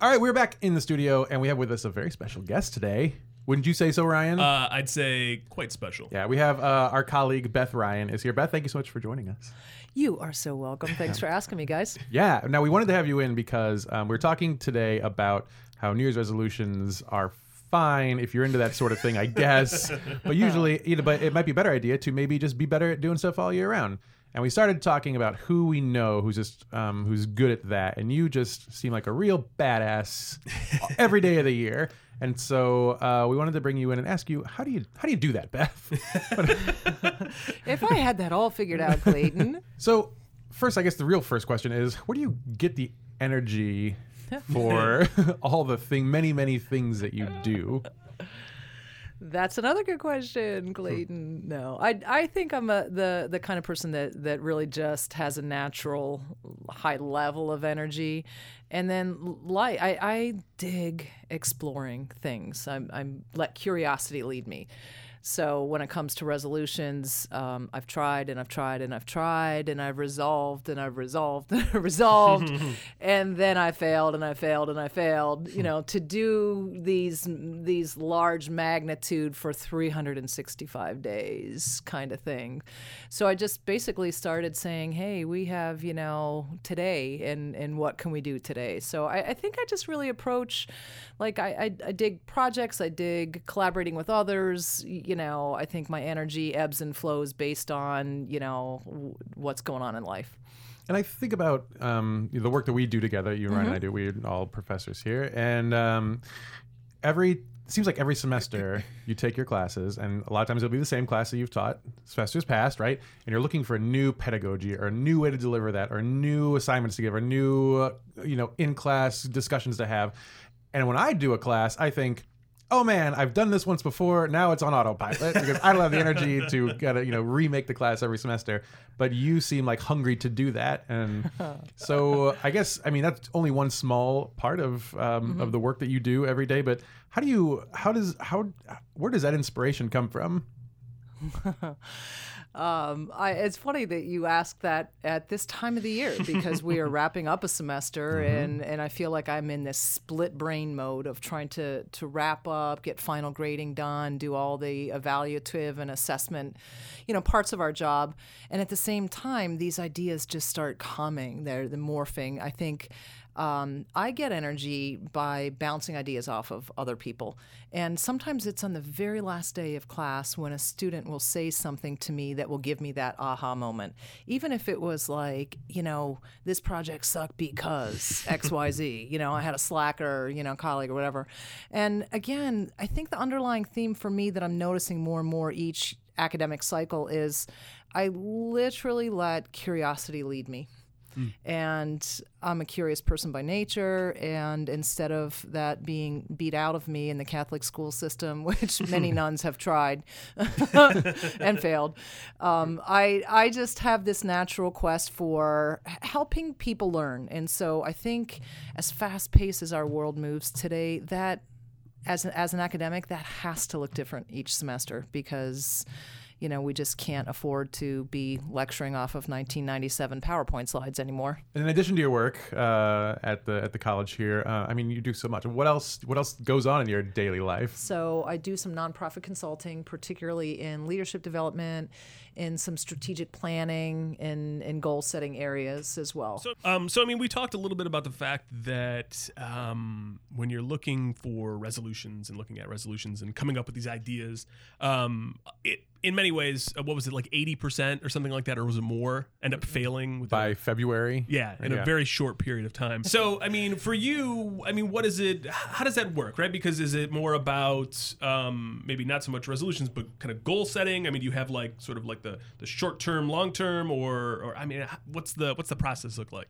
Speaker 2: All right, we're back in the studio, and we have with us a very special guest today. Wouldn't you say so, Ryan?
Speaker 1: Uh, I'd say quite special.
Speaker 2: yeah, we have uh, our colleague Beth Ryan is here. Beth, thank you so much for joining us.
Speaker 3: You are so welcome. Thanks for asking me, guys.
Speaker 2: Yeah, now we wanted to have you in because um, we we're talking today about how New Year's resolutions are fine if you're into that sort of thing, I guess. but usually, you know, but it might be a better idea to maybe just be better at doing stuff all year round. And we started talking about who we know who's just um, who's good at that, and you just seem like a real badass every day of the year. And so uh, we wanted to bring you in and ask you how do you how do you do that, Beth?
Speaker 3: If I had that all figured out, Clayton,
Speaker 2: So, first, I guess the real first question is, where do you get the energy for all the thing, many, many things that you do?
Speaker 3: that's another good question, Clayton. No, I, I think I'm a, the the kind of person that that really just has a natural high level of energy, and then light. I, I dig exploring things. I'm, I'm let curiosity lead me. So when it comes to resolutions, um, I've tried and I've tried and I've tried and I've resolved and I've resolved and I've resolved, and then I failed and I failed and I failed. You know, to do these these large magnitude for 365 days kind of thing. So I just basically started saying, hey, we have you know today and and what can we do today? So I, I think I just really approach, like I, I I dig projects, I dig collaborating with others. y- You know, I think my energy ebbs and flows based on you know w- what's going on in life.
Speaker 2: And I think about um, the work that we do together. You, Ryan, and I do. We're all professors here, and um, every it seems like every semester you take your classes, and a lot of times it'll be the same class that you've taught semesters past, right? And you're looking for a new pedagogy or a new way to deliver that, or new assignments to give, or new uh, you know in class discussions to have. And when I do a class, I think. oh man, I've done this once before. Now it's on autopilot because I don't have the energy to gotta you know remake the class every semester. But you seem like hungry to do that, and so uh, I guess I mean that's only one small part of um, of the work that you do every day. But how do you how does how where does that inspiration come from?
Speaker 3: Um, I, it's funny that you ask that at this time of the year because we are wrapping up a semester, and, and I feel like I'm in this split brain mode of trying to to wrap up, get final grading done, do all the evaluative and assessment, you know, parts of our job, and at the same time, these ideas just start coming. They're the morphing. I think um, I get energy by bouncing ideas off of other people. And sometimes it's on the very last day of class when a student will say something to me that will give me that aha moment. Even if it was like, you know, this project sucked because XYZ, you know, I had a slacker, you know, colleague or whatever. And again, I think the underlying theme for me that I'm noticing more and more each academic cycle is I literally let curiosity lead me and I'm a curious person by nature. And instead of that being beat out of me in the Catholic school system, which many nuns have tried and failed, um, I I just have this natural quest for h- helping people learn. And so I think, as fast paced as our world moves today, that as an, as an academic, that has to look different each semester because, you know, we just can't afford to be lecturing off of 1997 PowerPoint slides anymore.
Speaker 2: In addition to your work uh, at the at the college here, uh, I mean, you do so much. What else? What else goes on in your daily life?
Speaker 3: So I do some nonprofit consulting, particularly in leadership development, in some strategic planning, and in goal setting areas as well.
Speaker 1: So, um, so I mean, we talked a little bit about the fact that um, when you're looking for resolutions and looking at resolutions and coming up with these ideas, um, it in many ways, uh, what was it like eighty percent or something like that, or was it more? End up failing with
Speaker 2: By February,
Speaker 1: Yeah, in
Speaker 2: Yeah.
Speaker 1: a very short period of time. So, I mean, for you, I mean, what is it? How does that work, right? Because is it more about um, maybe not so much resolutions, but kind of goal setting? I mean, do you have like sort of like the, the short term, long term, or or I mean, h- what's the what's the process look like?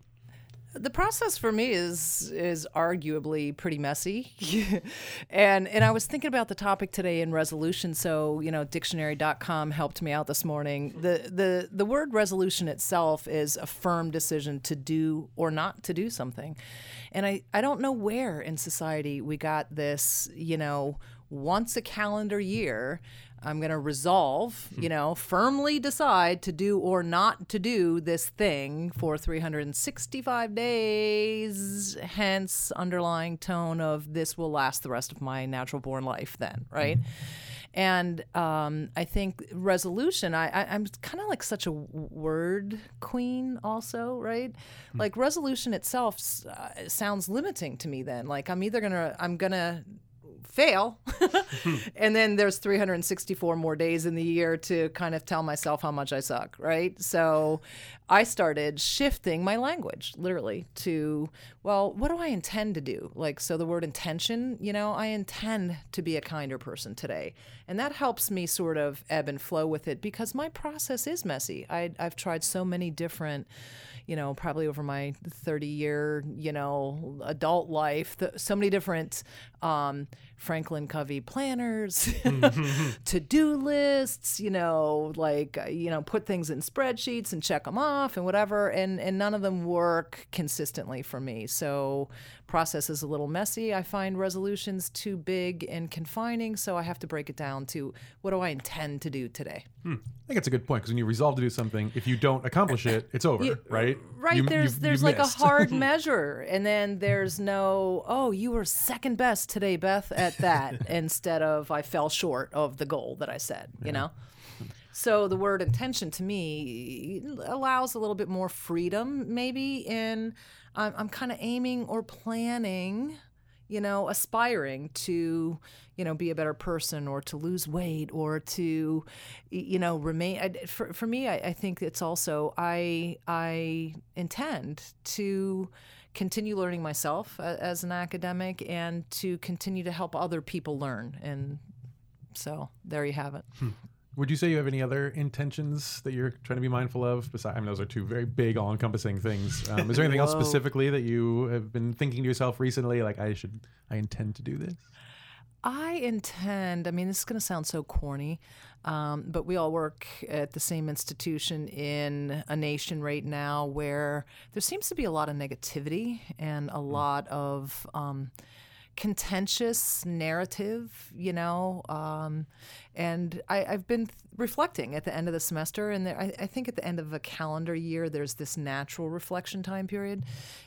Speaker 3: the process for me is is arguably pretty messy and and i was thinking about the topic today in resolution so you know dictionary.com helped me out this morning the the the word resolution itself is a firm decision to do or not to do something and i i don't know where in society we got this you know once a calendar year I'm going to resolve, you know, firmly decide to do or not to do this thing for 365 days. Hence, underlying tone of this will last the rest of my natural born life, then, right? And um, I think resolution, I, I, I'm kind of like such a w- word queen, also, right? Like resolution itself s- uh, sounds limiting to me, then. Like, I'm either going to, I'm going to, fail. and then there's 364 more days in the year to kind of tell myself how much I suck, right? So I started shifting my language literally to, well, what do I intend to do? Like, so the word intention, you know, I intend to be a kinder person today. And that helps me sort of ebb and flow with it because my process is messy. I, I've tried so many different you know, probably over my 30 year, you know, adult life, th- so many different um, Franklin Covey planners, to do lists, you know, like, uh, you know, put things in spreadsheets and check them off and whatever. And, and none of them work consistently for me. So, process is a little messy. I find resolutions too big and confining. So, I have to break it down to what do I intend to do today?
Speaker 2: I think it's a good point because when you resolve to do something, if you don't accomplish it, it's over, right?
Speaker 3: Right.
Speaker 2: You-
Speaker 3: there's
Speaker 2: you-
Speaker 3: there's
Speaker 2: you
Speaker 3: like
Speaker 2: missed.
Speaker 3: a hard measure, and then there's no oh you were second best today, Beth, at that instead of I fell short of the goal that I set. You know. So the word intention to me allows a little bit more freedom, maybe in I'm, I'm kind of aiming or planning, you know, aspiring to, you know, be a better person or to lose weight or to, y- you know, remain. I, for, for me, I, I think it's also I I intend to continue learning myself a, as an academic and to continue to help other people learn and. So there you have it.
Speaker 2: Would you say you have any other intentions that you're trying to be mindful of? Besides, I mean, those are two very big, all-encompassing things. Um, is there anything else
Speaker 3: Whoa.
Speaker 2: specifically that you have been thinking to yourself recently? Like, I should, I intend to do this.
Speaker 3: I intend, I mean, this is going to sound so corny, um, but we all work at the same institution in a nation right now where there seems to be a lot of negativity and a lot of. Um, contentious narrative, you know. Um, and I, I've been th- reflecting at the end of the semester, and there, I, I think at the end of a calendar year, there's this natural reflection time period.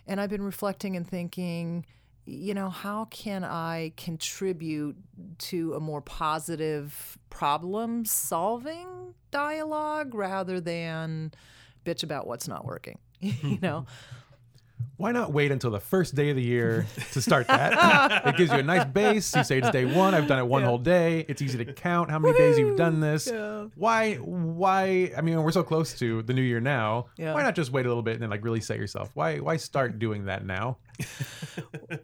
Speaker 3: And I've been reflecting and thinking, you know, how can I contribute to a more positive problem solving dialogue rather than bitch about what's not working? you know?
Speaker 2: Why not wait until the first day of the year to start that? it gives you a nice base. You say it's day one. I've done it one whole day. It's easy to count how many days you've done this. Why? Why? I mean, we're so close to the new year now.
Speaker 3: Yeah.
Speaker 2: Why not just wait a little bit and then like really set yourself? Why? Why start doing that now?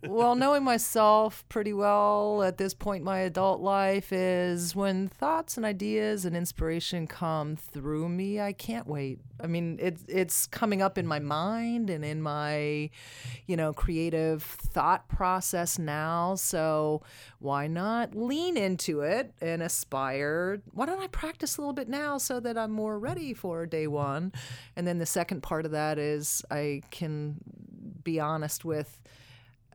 Speaker 3: well, knowing myself pretty well at this point in my adult life is when thoughts and ideas and inspiration come through me, I can't wait. I mean, it's it's coming up in my mind and in my, you know, creative thought process now. So why not lean into it and aspire? Why don't I practice a little bit now so that I'm more ready for day one? And then the second part of that is I can be honest with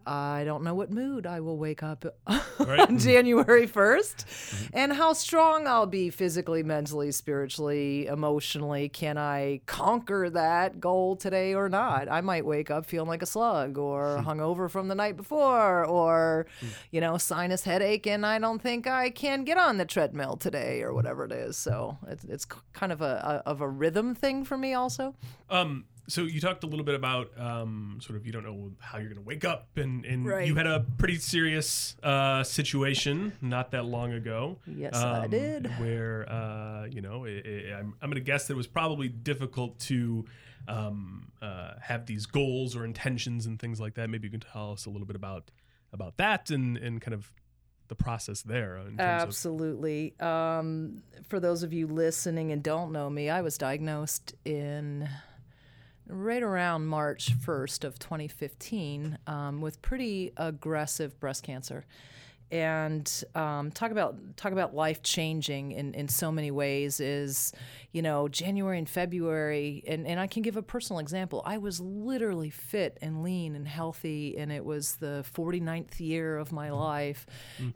Speaker 3: I don't know what mood I will wake up on January 1st and how strong I'll be physically, mentally, spiritually, emotionally. Can I conquer that goal today or not? I might wake up feeling like a slug or hungover from the night before or, you know, sinus headache and I don't think I can get on the treadmill today or whatever it is. So it's, it's kind of a, a, of a rhythm thing for me also.
Speaker 1: Um, so you talked a little bit about um, sort of you don't know how you're going to wake up, and, and
Speaker 3: Right.
Speaker 1: you had a pretty serious uh, situation not that long ago. Um,
Speaker 3: Yes, I did.
Speaker 1: Where uh, you know, i i I'm, I'm going to guess that it was probably difficult to um, uh, have these goals or intentions and things like that. Maybe you can tell us a little bit about about that and and kind of the process there. In terms of,
Speaker 3: Absolutely. Um, for those of you listening and don't know me, I was diagnosed in right around March 1st of 2015 um, with pretty aggressive breast cancer. And um, talk about talk about life changing in, in so many ways is, you know, January and February, and, and I can give a personal example. I was literally fit and lean and healthy, and it was the 49th year of my life,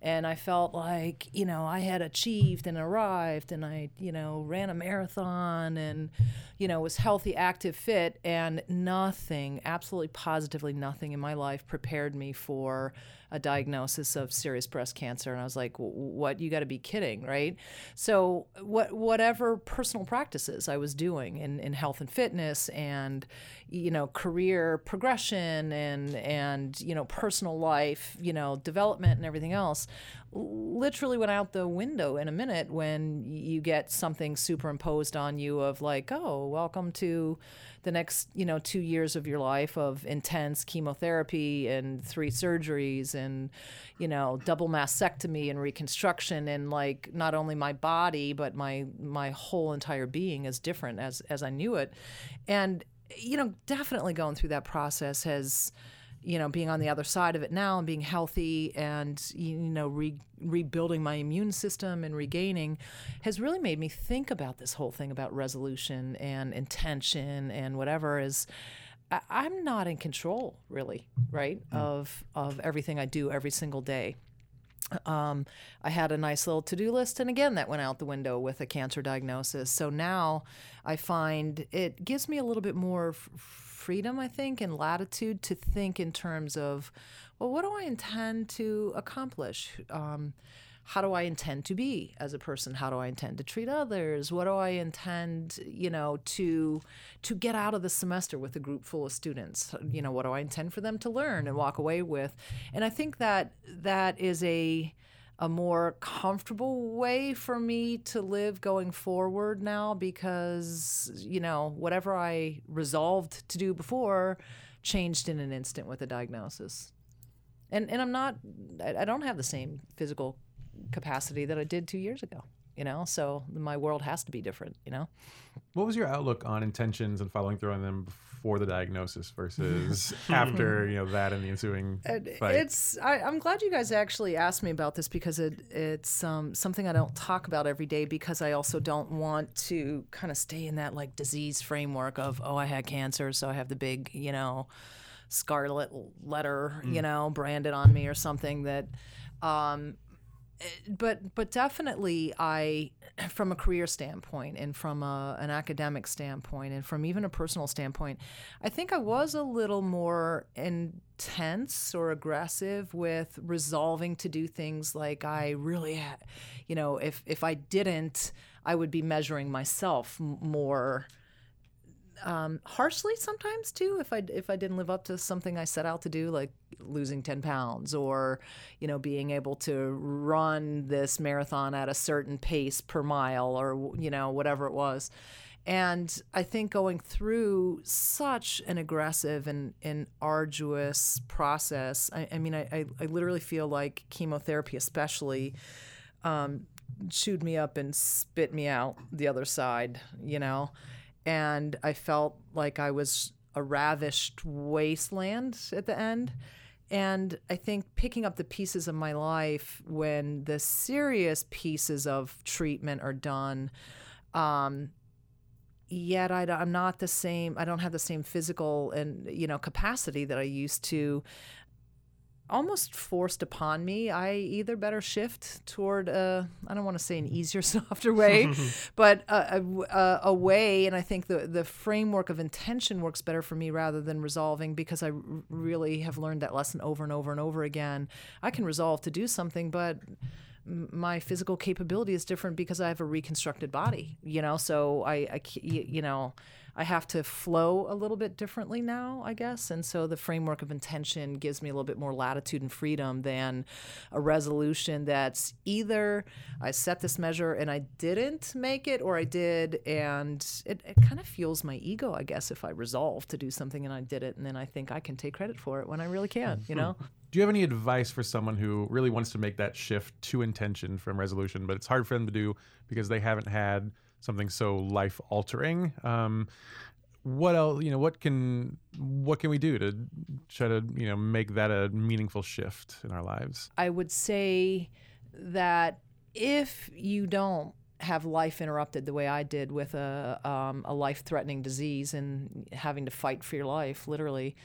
Speaker 3: and I felt like you know I had achieved and arrived, and I you know ran a marathon, and you know was healthy, active, fit, and nothing, absolutely positively nothing in my life prepared me for a diagnosis of serious breast cancer, and I was like, "W- what? You got to be kidding, right? So what whatever personal practices I was doing in, in health and fitness and you know career progression and and you know personal life you know development and everything else l- literally went out the window in a minute when you get something superimposed on you of like oh welcome to the next you know two years of your life of intense chemotherapy and three surgeries and you know double mastectomy and reconstruction and like not only my body but my my whole entire being is different as as I knew it and you know definitely going through that process has you know being on the other side of it now and being healthy and you know re- rebuilding my immune system and regaining has really made me think about this whole thing about resolution and intention and whatever is I- I'm not in control really right of of everything I do every single day um, I had a nice little to do list, and again, that went out the window with a cancer diagnosis. So now I find it gives me a little bit more f- freedom, I think, and latitude to think in terms of, well, what do I intend to accomplish? Um, how do I intend to be as a person? How do I intend to treat others? What do I intend, you know, to to get out of the semester with a group full of students? You know, what do I intend for them to learn and walk away with? And I think that that is a a more comfortable way for me to live going forward now because you know whatever I resolved to do before changed in an instant with a diagnosis. And and I'm not I, I don't have the same physical capacity that I did 2 years ago, you know? So my world has to be different, you know?
Speaker 2: What was your outlook on intentions and following through on them before the diagnosis versus after you know that and the ensuing
Speaker 3: And
Speaker 2: fight.
Speaker 3: it's I, I'm glad you guys actually asked me about this because it it's um, something I don't talk about every day because I also don't want to kind of stay in that like disease framework of oh I had cancer so I have the big you know scarlet letter you know branded on me or something that um, but but definitely I from a career standpoint and from a, an academic standpoint and from even a personal standpoint I think I was a little more intense or aggressive with resolving to do things like I really ha- you know if if I didn't I would be measuring myself m- more um, harshly sometimes too if I if I didn't live up to something I set out to do like losing 10 pounds or you know being able to run this marathon at a certain pace per mile or you know whatever it was and I think going through such an aggressive and, and arduous process I, I mean I, I, I literally feel like chemotherapy especially um, chewed me up and spit me out the other side, you know? And I felt like I was a ravished wasteland at the end. And I think picking up the pieces of my life when the serious pieces of treatment are done, um, yet I, am not the same, I don't have the same physical and, you know, capacity that I used to almost forced upon me. I either better shift toward a, I don't want to say an easier, softer way, but a, a, a way. And I think the, the framework of intention works better for me rather than resolving because I r- really have learned that lesson over and over and over again. I can resolve to do something, but m- my physical capability is different because I have a reconstructed body, you know? So I, I c- y- you know, I have to flow a little bit differently now, I guess. And so the framework of intention gives me a little bit more latitude and freedom than a resolution that's either I set this measure and I didn't make it or I did. And it, it kind of fuels my ego, I guess, if I resolve to do something and I did it. And then I think I can take credit for it when I really can, you know?
Speaker 2: Do you have any advice for someone who really wants to make that shift to intention from resolution, but it's hard for them to do because they haven't had something so life altering? Um, what else? You know, what can what can we do to try to you know make that a meaningful shift in our lives?
Speaker 3: I would say that if you don't have life interrupted the way I did with a, um, a life threatening disease and having to fight for your life, literally,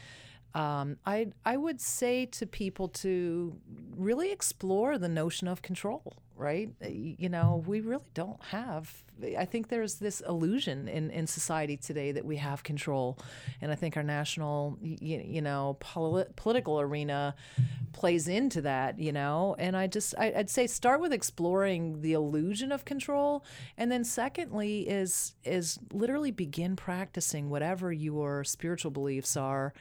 Speaker 3: um, I, I would say to people to really explore the notion of control, right? Uh, You know, we really don't have, I think there's this illusion in, in society today that we have control. And I think our national, you, you know, poli- political arena plays into that, you know? And I just, I, I'd say start with exploring the illusion of control. And then secondly is, is literally begin practicing whatever your spiritual beliefs are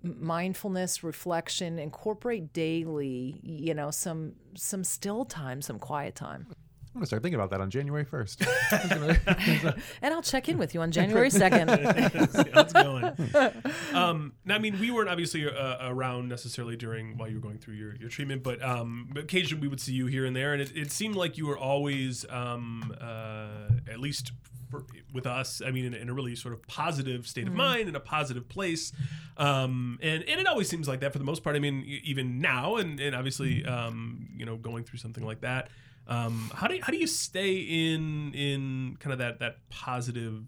Speaker 3: mindfulness reflection incorporate daily you know some some still time some quiet time
Speaker 2: I'm gonna start thinking about that on January first.
Speaker 3: and i'll check in with you on january 2nd
Speaker 1: See how it's going. Um, now, I mean, we weren't obviously uh, around necessarily during while you were going through your, your treatment, but um, occasionally we would see you here and there, and it, it seemed like you were always, um, uh, at least for, with us, I mean, in, in a really sort of positive state of mind, in a positive place, um, and and it always seems like that for the most part. I mean, e- even now, and and obviously, um, you know, going through something like that. Um, how do you, how do you stay in in kind of that that positive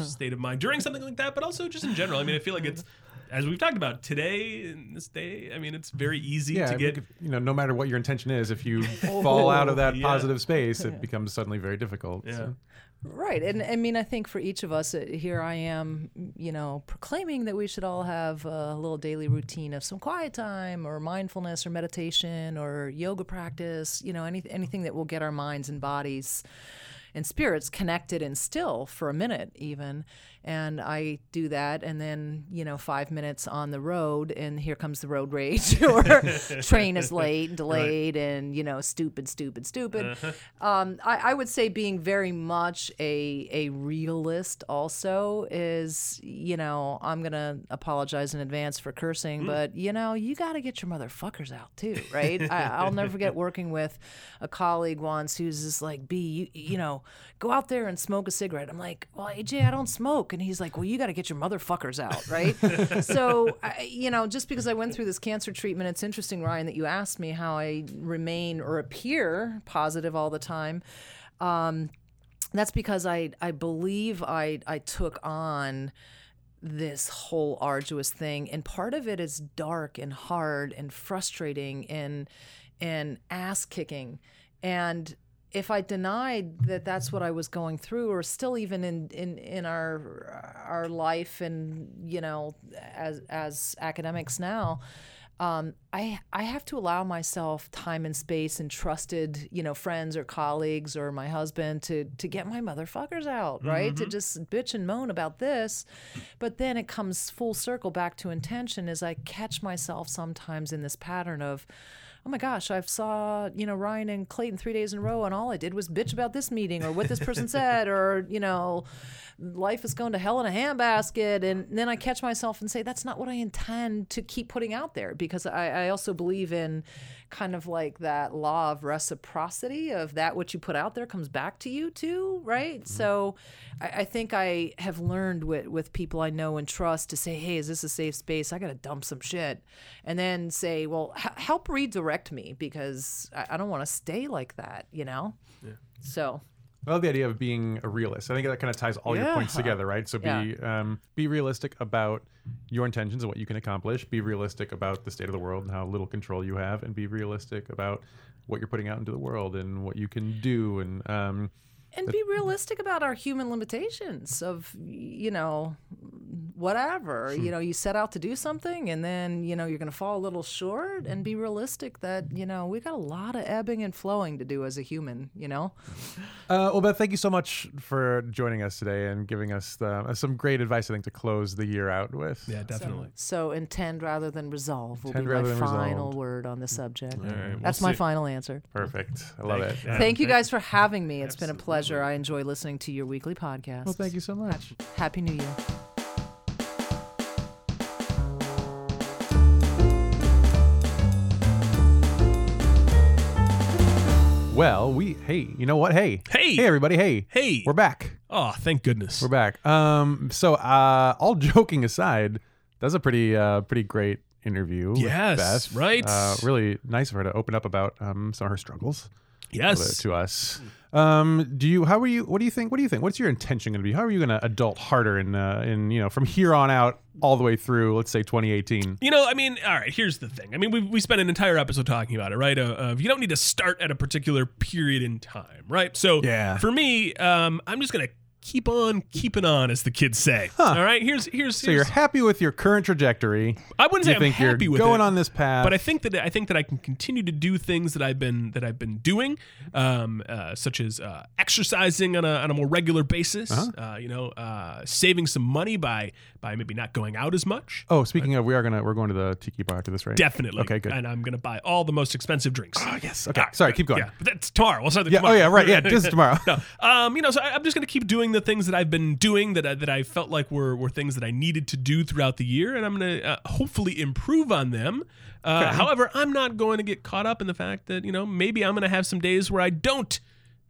Speaker 1: state of mind during something like that, but also just in general? I mean, I feel like it's as we've talked about today in this day. I mean, it's very easy
Speaker 2: yeah, I
Speaker 1: to
Speaker 2: mean,
Speaker 1: get
Speaker 2: if- you know, no matter what your intention is, if you fall out of that
Speaker 1: yeah.
Speaker 2: positive space, it becomes suddenly very difficult.
Speaker 1: Yeah.
Speaker 2: So-
Speaker 3: right and i mean i think for each of us uh, here i am you know proclaiming that we should all have a little daily routine of some quiet time or mindfulness or meditation or yoga practice you know any, anything that will get our minds and bodies and spirits connected and still for a minute even and i do that and then you know five minutes on the road and here comes the road rage or train is late and delayed and you know stupid stupid stupid um, I, I would say being very much a a realist also is you know i'm gonna apologize in advance for cursing but you know you gotta get your motherfuckers out too right I, i'll never forget working with a colleague once who's just like b you, you know go out there and smoke a cigarette i'm like well aj i don't smoke coke and he's like well you got to get your motherfuckers out right so I, you know just because i went through this cancer treatment it's interesting ryan that you asked me how i remain or appear positive all the time um, that's because i i believe i i took on this whole arduous thing and part of it is dark and hard and frustrating and and ass kicking and if i denied that that's what i was going through or still even in in in our our life and you know as as academics now um, I I have to allow myself time and space and trusted you know friends or colleagues or my husband to to get my motherfuckers out right to just bitch and moan about this, but then it comes full circle back to intention as I catch myself sometimes in this pattern of. Oh my gosh, I saw, you know, Ryan and Clayton three days in a row, and all I did was bitch about this meeting or what this person said, or, you know, life is going to hell in a handbasket. And then I catch myself and say, that's not what I intend to keep putting out there because I, I also believe in kind of like that law of reciprocity of that what you put out there comes back to you too, right? So I, I think I have learned with, with people I know and trust to say, hey, is this a safe space? I got to dump some shit. And then say, well, h- help redirect me because I, I don't want to stay like that, you know? So.
Speaker 2: I love the idea of being a realist. I think that kind of ties all your points
Speaker 3: Yeah.
Speaker 2: together, right? So be um, be realistic about your intentions and what you can accomplish. Be realistic about the state of the world and how little control you have, and be realistic about what you're putting out into the world and what you can do. And um,
Speaker 3: and be realistic about our human limitations of you know whatever
Speaker 2: Hmm.
Speaker 3: you know you set out to do something and then you know you're going to fall a little short and be realistic that you know we got a lot of ebbing and flowing to do as a human you know
Speaker 2: uh, well, Beth, thank you so much for joining us today and giving us uh, some great advice. I think to close the year out with.
Speaker 1: Yeah, definitely.
Speaker 3: so intend rather than resolve will
Speaker 2: Intend
Speaker 3: be my
Speaker 2: rather than Mm.
Speaker 3: final
Speaker 2: resolved.
Speaker 3: word on the subject
Speaker 1: right, we'll
Speaker 3: that's my
Speaker 1: see.
Speaker 3: final answer
Speaker 2: Perfect. I love it.
Speaker 1: Yeah,
Speaker 3: thank you
Speaker 1: thank-
Speaker 3: guys for having me It's been a pleasure i enjoy listening to your weekly podcast
Speaker 2: Well, thank you so much.
Speaker 3: happy new year
Speaker 2: Well, we hey, you know what? Hey,
Speaker 1: Hey.
Speaker 2: hey, everybody, hey,
Speaker 1: Hey.
Speaker 2: we're back.
Speaker 1: Oh, thank goodness.
Speaker 2: We're back. Um, so uh, all joking aside, that's a pretty uh, pretty great interview. with
Speaker 1: Yes,
Speaker 2: Beth.
Speaker 1: right.
Speaker 2: Uh, really nice of her to open up about um, some of her struggles uh,
Speaker 1: yes.
Speaker 2: to us. Um, do you? How are you? What do you think? What do you think? What's your intention going to be? How are you going to adult harder in uh, in you know from here on out all the way through let's say 2018?
Speaker 1: You know, I mean, all right, here's the thing. I mean, we, we spent an entire episode talking about it, right? Of, of you don't need to start at a particular period in time, right? So
Speaker 2: Yeah.
Speaker 1: for me, um, I'm just going to keep on keeping on, as the kids say. All right, here's, here's,
Speaker 2: So you're
Speaker 1: here's-
Speaker 2: happy with your current trajectory?
Speaker 1: I wouldn't say
Speaker 2: you think
Speaker 1: I'm happy
Speaker 2: you're
Speaker 1: with
Speaker 2: going
Speaker 1: it.
Speaker 2: on this path?
Speaker 1: but I think that I think that I can continue to do things that I've been that I've been doing, um, uh, such as uh, exercising on a, on a more regular basis.
Speaker 2: Uh-huh.
Speaker 1: Uh, you know, uh, saving some money by by maybe not going out as much.
Speaker 2: oh, speaking of, we are gonna we're going to the tiki bar after this, right?
Speaker 1: Definitely.
Speaker 2: Okay, good.
Speaker 1: And I'm gonna buy all the most expensive drinks.
Speaker 2: Oh, yes. Okay.
Speaker 1: All right,
Speaker 2: Sorry.
Speaker 1: good.
Speaker 2: Keep going.
Speaker 1: Ah, Yeah, but that's tomorrow. We'll start the
Speaker 2: Yeah,
Speaker 1: tomorrow.
Speaker 2: Oh yeah. Right. Yeah. This is tomorrow.
Speaker 1: No, um, you know, so I, I'm just going to keep doing the things that I've been doing that I, that I felt like were were things that I needed to do throughout the year, and I'm going to uh, hopefully improve on them. Uh, However, I'm not going to get caught up in the fact that you know maybe I'm going to have some days where I don't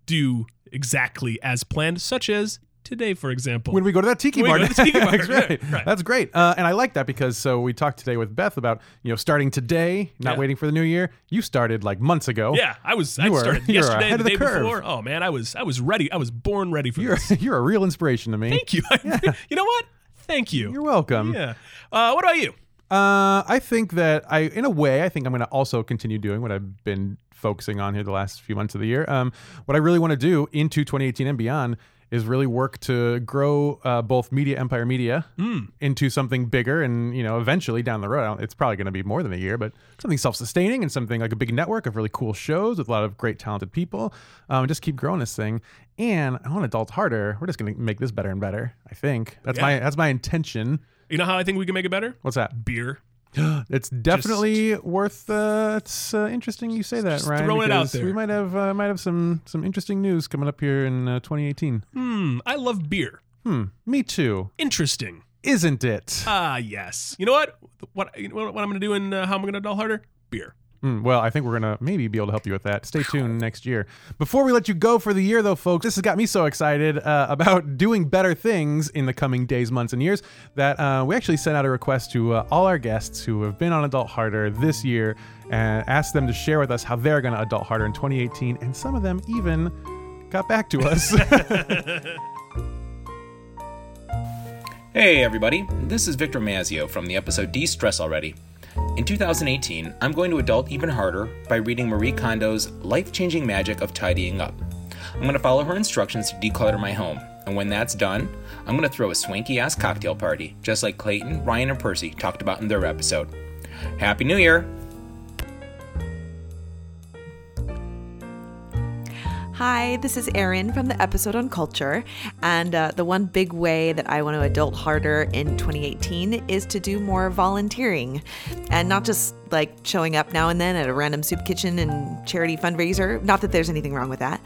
Speaker 1: do exactly as planned, such as today, for example.
Speaker 2: when we go to that tiki
Speaker 1: When
Speaker 2: bar.
Speaker 1: we go to the tiki bar,
Speaker 2: That's
Speaker 1: yeah,
Speaker 2: right.
Speaker 1: right.
Speaker 2: That's great. Uh, and I like that because so we talked today with Beth about you know starting today, not
Speaker 1: Yeah.
Speaker 2: waiting for the new year. You started like months ago.
Speaker 1: yeah, I was. I
Speaker 2: You are-
Speaker 1: started
Speaker 2: you are
Speaker 1: yesterday,
Speaker 2: ahead
Speaker 1: the
Speaker 2: of the
Speaker 1: day
Speaker 2: curve.
Speaker 1: before. Oh man, I was I was ready. I was born ready for
Speaker 2: You're
Speaker 1: this.
Speaker 2: you're a real inspiration to me.
Speaker 1: Thank you. you know what? Thank you.
Speaker 2: You're welcome.
Speaker 1: yeah. Uh, what about you?
Speaker 2: Uh, I think that I, in a way, I think I'm going to also continue doing what I've been focusing on here the last few months of the year. Um, what I really want to do into 2018 and beyond is really work to grow uh, both Media Empire Media into something bigger, and you know, eventually down the road, I don't- it's probably going to be more than a year, but something self-sustaining and something like a big network of really cool shows with a lot of great talented people. Um, just keep growing this thing. And I want adult harder. We're just going to make this better and better. I think that's my that's my intention.
Speaker 1: You know how I think we can make it better?
Speaker 2: What's that?
Speaker 1: Beer.
Speaker 2: It's definitely worth. Uh, it's uh, interesting you say that,
Speaker 1: just
Speaker 2: Ryan.
Speaker 1: throwing it out
Speaker 2: because
Speaker 1: there.
Speaker 2: We might have uh, might have some some interesting news coming up here in uh, 2018.
Speaker 1: Hmm. I love beer.
Speaker 2: Hmm. Me too.
Speaker 1: Interesting.
Speaker 2: Isn't it?
Speaker 1: Ah, yes. You know what? What? You know what I'm going to do and uh, how I'm going to adult harder? Beer.
Speaker 2: Mm, well, I think we're going to maybe be able to help you with that. Stay tuned next year. Before we let you go for the year, though, folks, this has got me so excited uh, about doing better things in the coming days, months, and years that uh, we actually sent out a request to uh, all our guests who have been on Adult Harder this year and asked them to share with us how they're going to Adult Harder in 2018. And some of them even got back to us.
Speaker 4: Hey everybody, this is Victor Mazio from the episode De Stress Already. In 2018, I'm going to adult even harder by reading Marie Kondo's Life Changing Magic of Tidying Up. I'm going to follow her instructions to declutter my home, and when that's done, I'm going to throw a swanky ass cocktail party, just like Clayton, Ryan, and Percy talked about in their episode. Happy New Year!
Speaker 5: Hi, this is Erin from the episode on culture. And uh, the one big way that I want to adult harder in 2018 is to do more volunteering and not just like showing up now and then at a random soup kitchen and charity fundraiser. Not that there's anything wrong with that,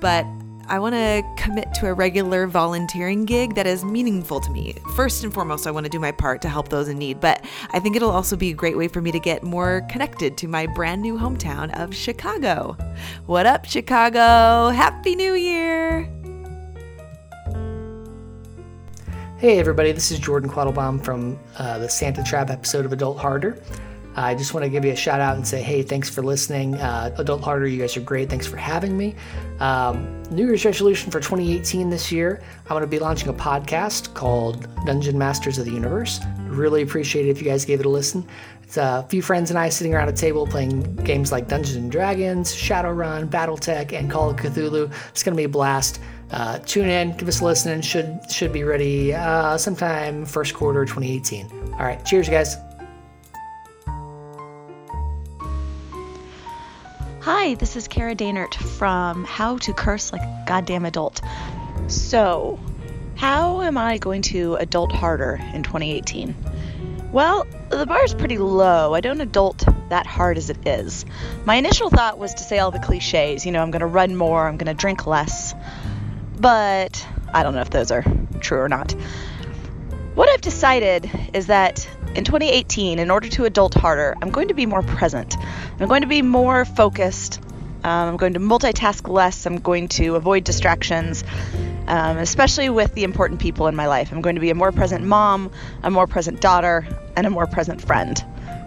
Speaker 5: but I want to commit to a regular volunteering gig that is meaningful to me. First and foremost, I want to do my part to help those in need, but I think it'll also be a great way for me to get more connected to my brand new hometown of Chicago. What up, Chicago? Happy New Year!
Speaker 6: Hey, everybody, this is Jordan Quattlebaum from uh, the Santa Trap episode of Adult Harder. I just want to give you a shout out and say, hey, thanks for listening. Uh, Adult Harder, you guys are great. Thanks for having me. Um, New Year's resolution for 2018 this year, I'm going to be launching a podcast called Dungeon Masters of the Universe. Really appreciate it if you guys gave it a listen. It's uh, a few friends and I sitting around a table playing games like Dungeons and Dragons, Shadowrun, BattleTech, and Call of Cthulhu. It's going to be a blast. Uh, tune in, give us a listen, and should should be ready uh, sometime first quarter 2018. All right, cheers, you guys.
Speaker 7: Hi, this is Kara Danert from How to Curse Like a Goddamn Adult. So, how am I going to adult harder in 2018? Well, the bar is pretty low. I don't adult that hard as it is. My initial thought was to say all the cliches. You know, I'm going to run more, I'm going to drink less. But I don't know if those are true or not. What I've decided is that in 2018, in order to adult harder, I'm going to be more present. I'm going to be more focused. Um, I'm going to multitask less. I'm going to avoid distractions, um, especially with the important people in my life. I'm going to be a more present mom, a more present daughter, and a more present friend.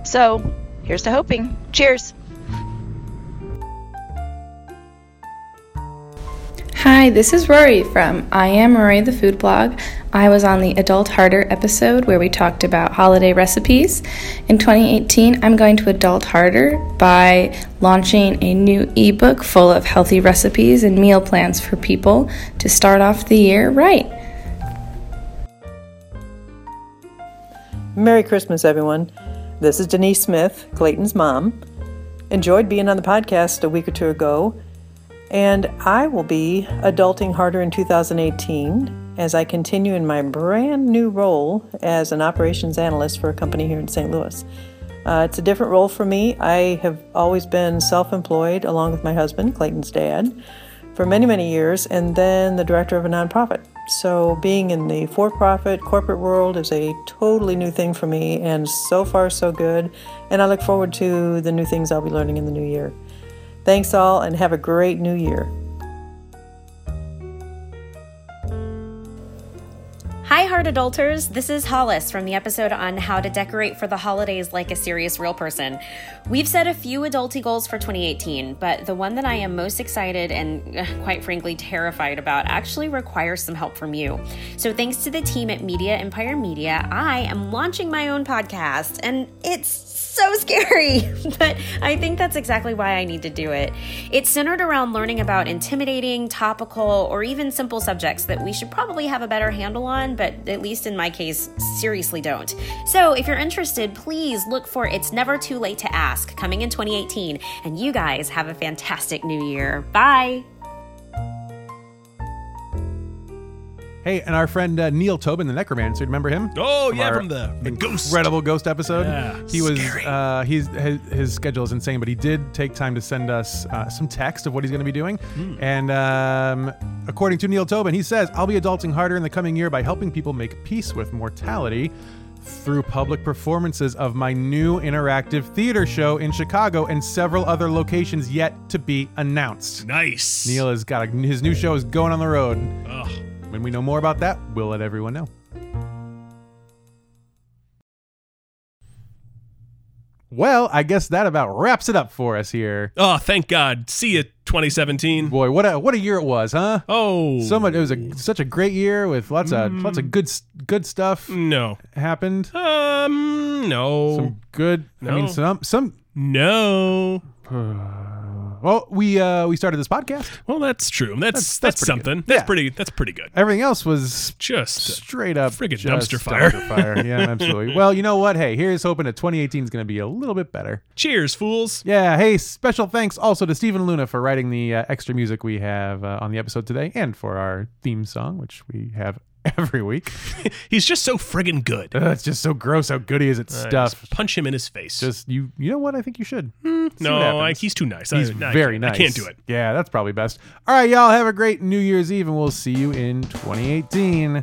Speaker 7: So here's to hoping. Cheers.
Speaker 8: Hi, this is Rory from I Am Rory the Food Blog. I was on the Adult Harder episode where we talked about holiday recipes. In 2018, I'm going to Adult Harder by launching a new ebook full of healthy recipes and meal plans for people to start off the year right.
Speaker 9: Merry Christmas, everyone. This is Denise Smith, Clayton's mom. Enjoyed being on the podcast a week or two ago, and I will be adulting harder in 2018 as I continue in my brand new role as an operations analyst for a company here in St. Louis. Uh, it's a different role for me. I have always been self employed, along with my husband, Clayton's dad, for many, many years, and then the director of a nonprofit. So, being in the for profit corporate world is a totally new thing for me, and so far, so good. And I look forward to the new things I'll be learning in the new year. Thanks all, and have a great new year.
Speaker 10: Hi, Heart Adulters. This is Hollis from the episode on how to decorate for the holidays like a serious real person. We've set a few adulty goals for 2018, but the one that I am most excited and eh, quite frankly terrified about actually requires some help from you. So, thanks to the team at Media Empire Media, I am launching my own podcast, and it's so scary, but I think that's exactly why I need to do it. It's centered around learning about intimidating, topical, or even simple subjects that we should probably have a better handle on, but at least in my case, seriously don't. So if you're interested, please look for It's Never Too Late to Ask coming in 2018, and you guys have a fantastic new year. Bye.
Speaker 2: hey, and our friend uh, Neil Tobin, the Necromancer, remember him?
Speaker 1: Oh, yeah,
Speaker 2: our
Speaker 1: from the, the ghost.
Speaker 2: incredible ghost episode.
Speaker 1: Yeah,
Speaker 2: he was
Speaker 1: scary.
Speaker 2: uh, he's his, his schedule is insane, but he did take time to send us uh, some text of what he's going to be doing.
Speaker 1: Hmm.
Speaker 2: And um, according to Neil Tobin, he says, "I'll be adulting harder in the coming year by helping people make peace with mortality." through public performances of my new interactive theater show in Chicago and several other locations yet to be announced.
Speaker 1: Nice.
Speaker 2: Neil has got a, his new show is going on the road. When we know more about that, we'll let everyone know. Well, I guess that about wraps it up for us here.
Speaker 1: Oh, thank God. See you 2017.
Speaker 2: Boy, what a what a year it was, huh?
Speaker 1: Oh.
Speaker 2: So much. It was a, such a great year with lots of
Speaker 1: Mm-hmm.
Speaker 2: lots of good s- good stuff
Speaker 1: No.
Speaker 2: happened.
Speaker 1: Um, no.
Speaker 2: Some good. I mean,
Speaker 1: No.
Speaker 2: some some.
Speaker 1: no.
Speaker 2: Well, we uh we started this podcast.
Speaker 1: Well, that's true. That's that's,
Speaker 2: That's- that's pretty good.
Speaker 1: something. That's
Speaker 2: Yeah.
Speaker 1: pretty. That's pretty good.
Speaker 2: Everything else was
Speaker 1: Just
Speaker 2: straight up
Speaker 1: friggin'
Speaker 2: just
Speaker 1: dumpster fire.
Speaker 2: dumpster fire. Yeah, absolutely. Well, you know what? Hey, here's hoping that 2018 is going to be a little bit better.
Speaker 1: cheers, fools.
Speaker 2: Yeah. Hey, special thanks also to Stephen Luna for writing the uh, extra music we have uh, on the episode today, and for our theme song, which we have every week.
Speaker 1: He's just so friggin' good.
Speaker 2: Ugh, it's just so gross how good he is at stuff.
Speaker 1: Just punch him in his face.
Speaker 2: Just you. You know what? I think you should. See what
Speaker 1: no, I,
Speaker 2: happens.
Speaker 1: he's too nice.
Speaker 2: He's
Speaker 1: I, no, I
Speaker 2: very
Speaker 1: can't-
Speaker 2: nice.
Speaker 1: I can't do it.
Speaker 2: Yeah, that's probably best. All right, y'all have a great New Year's Eve, and we'll see you in 2018.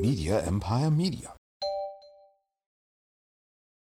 Speaker 11: Media Empire Media.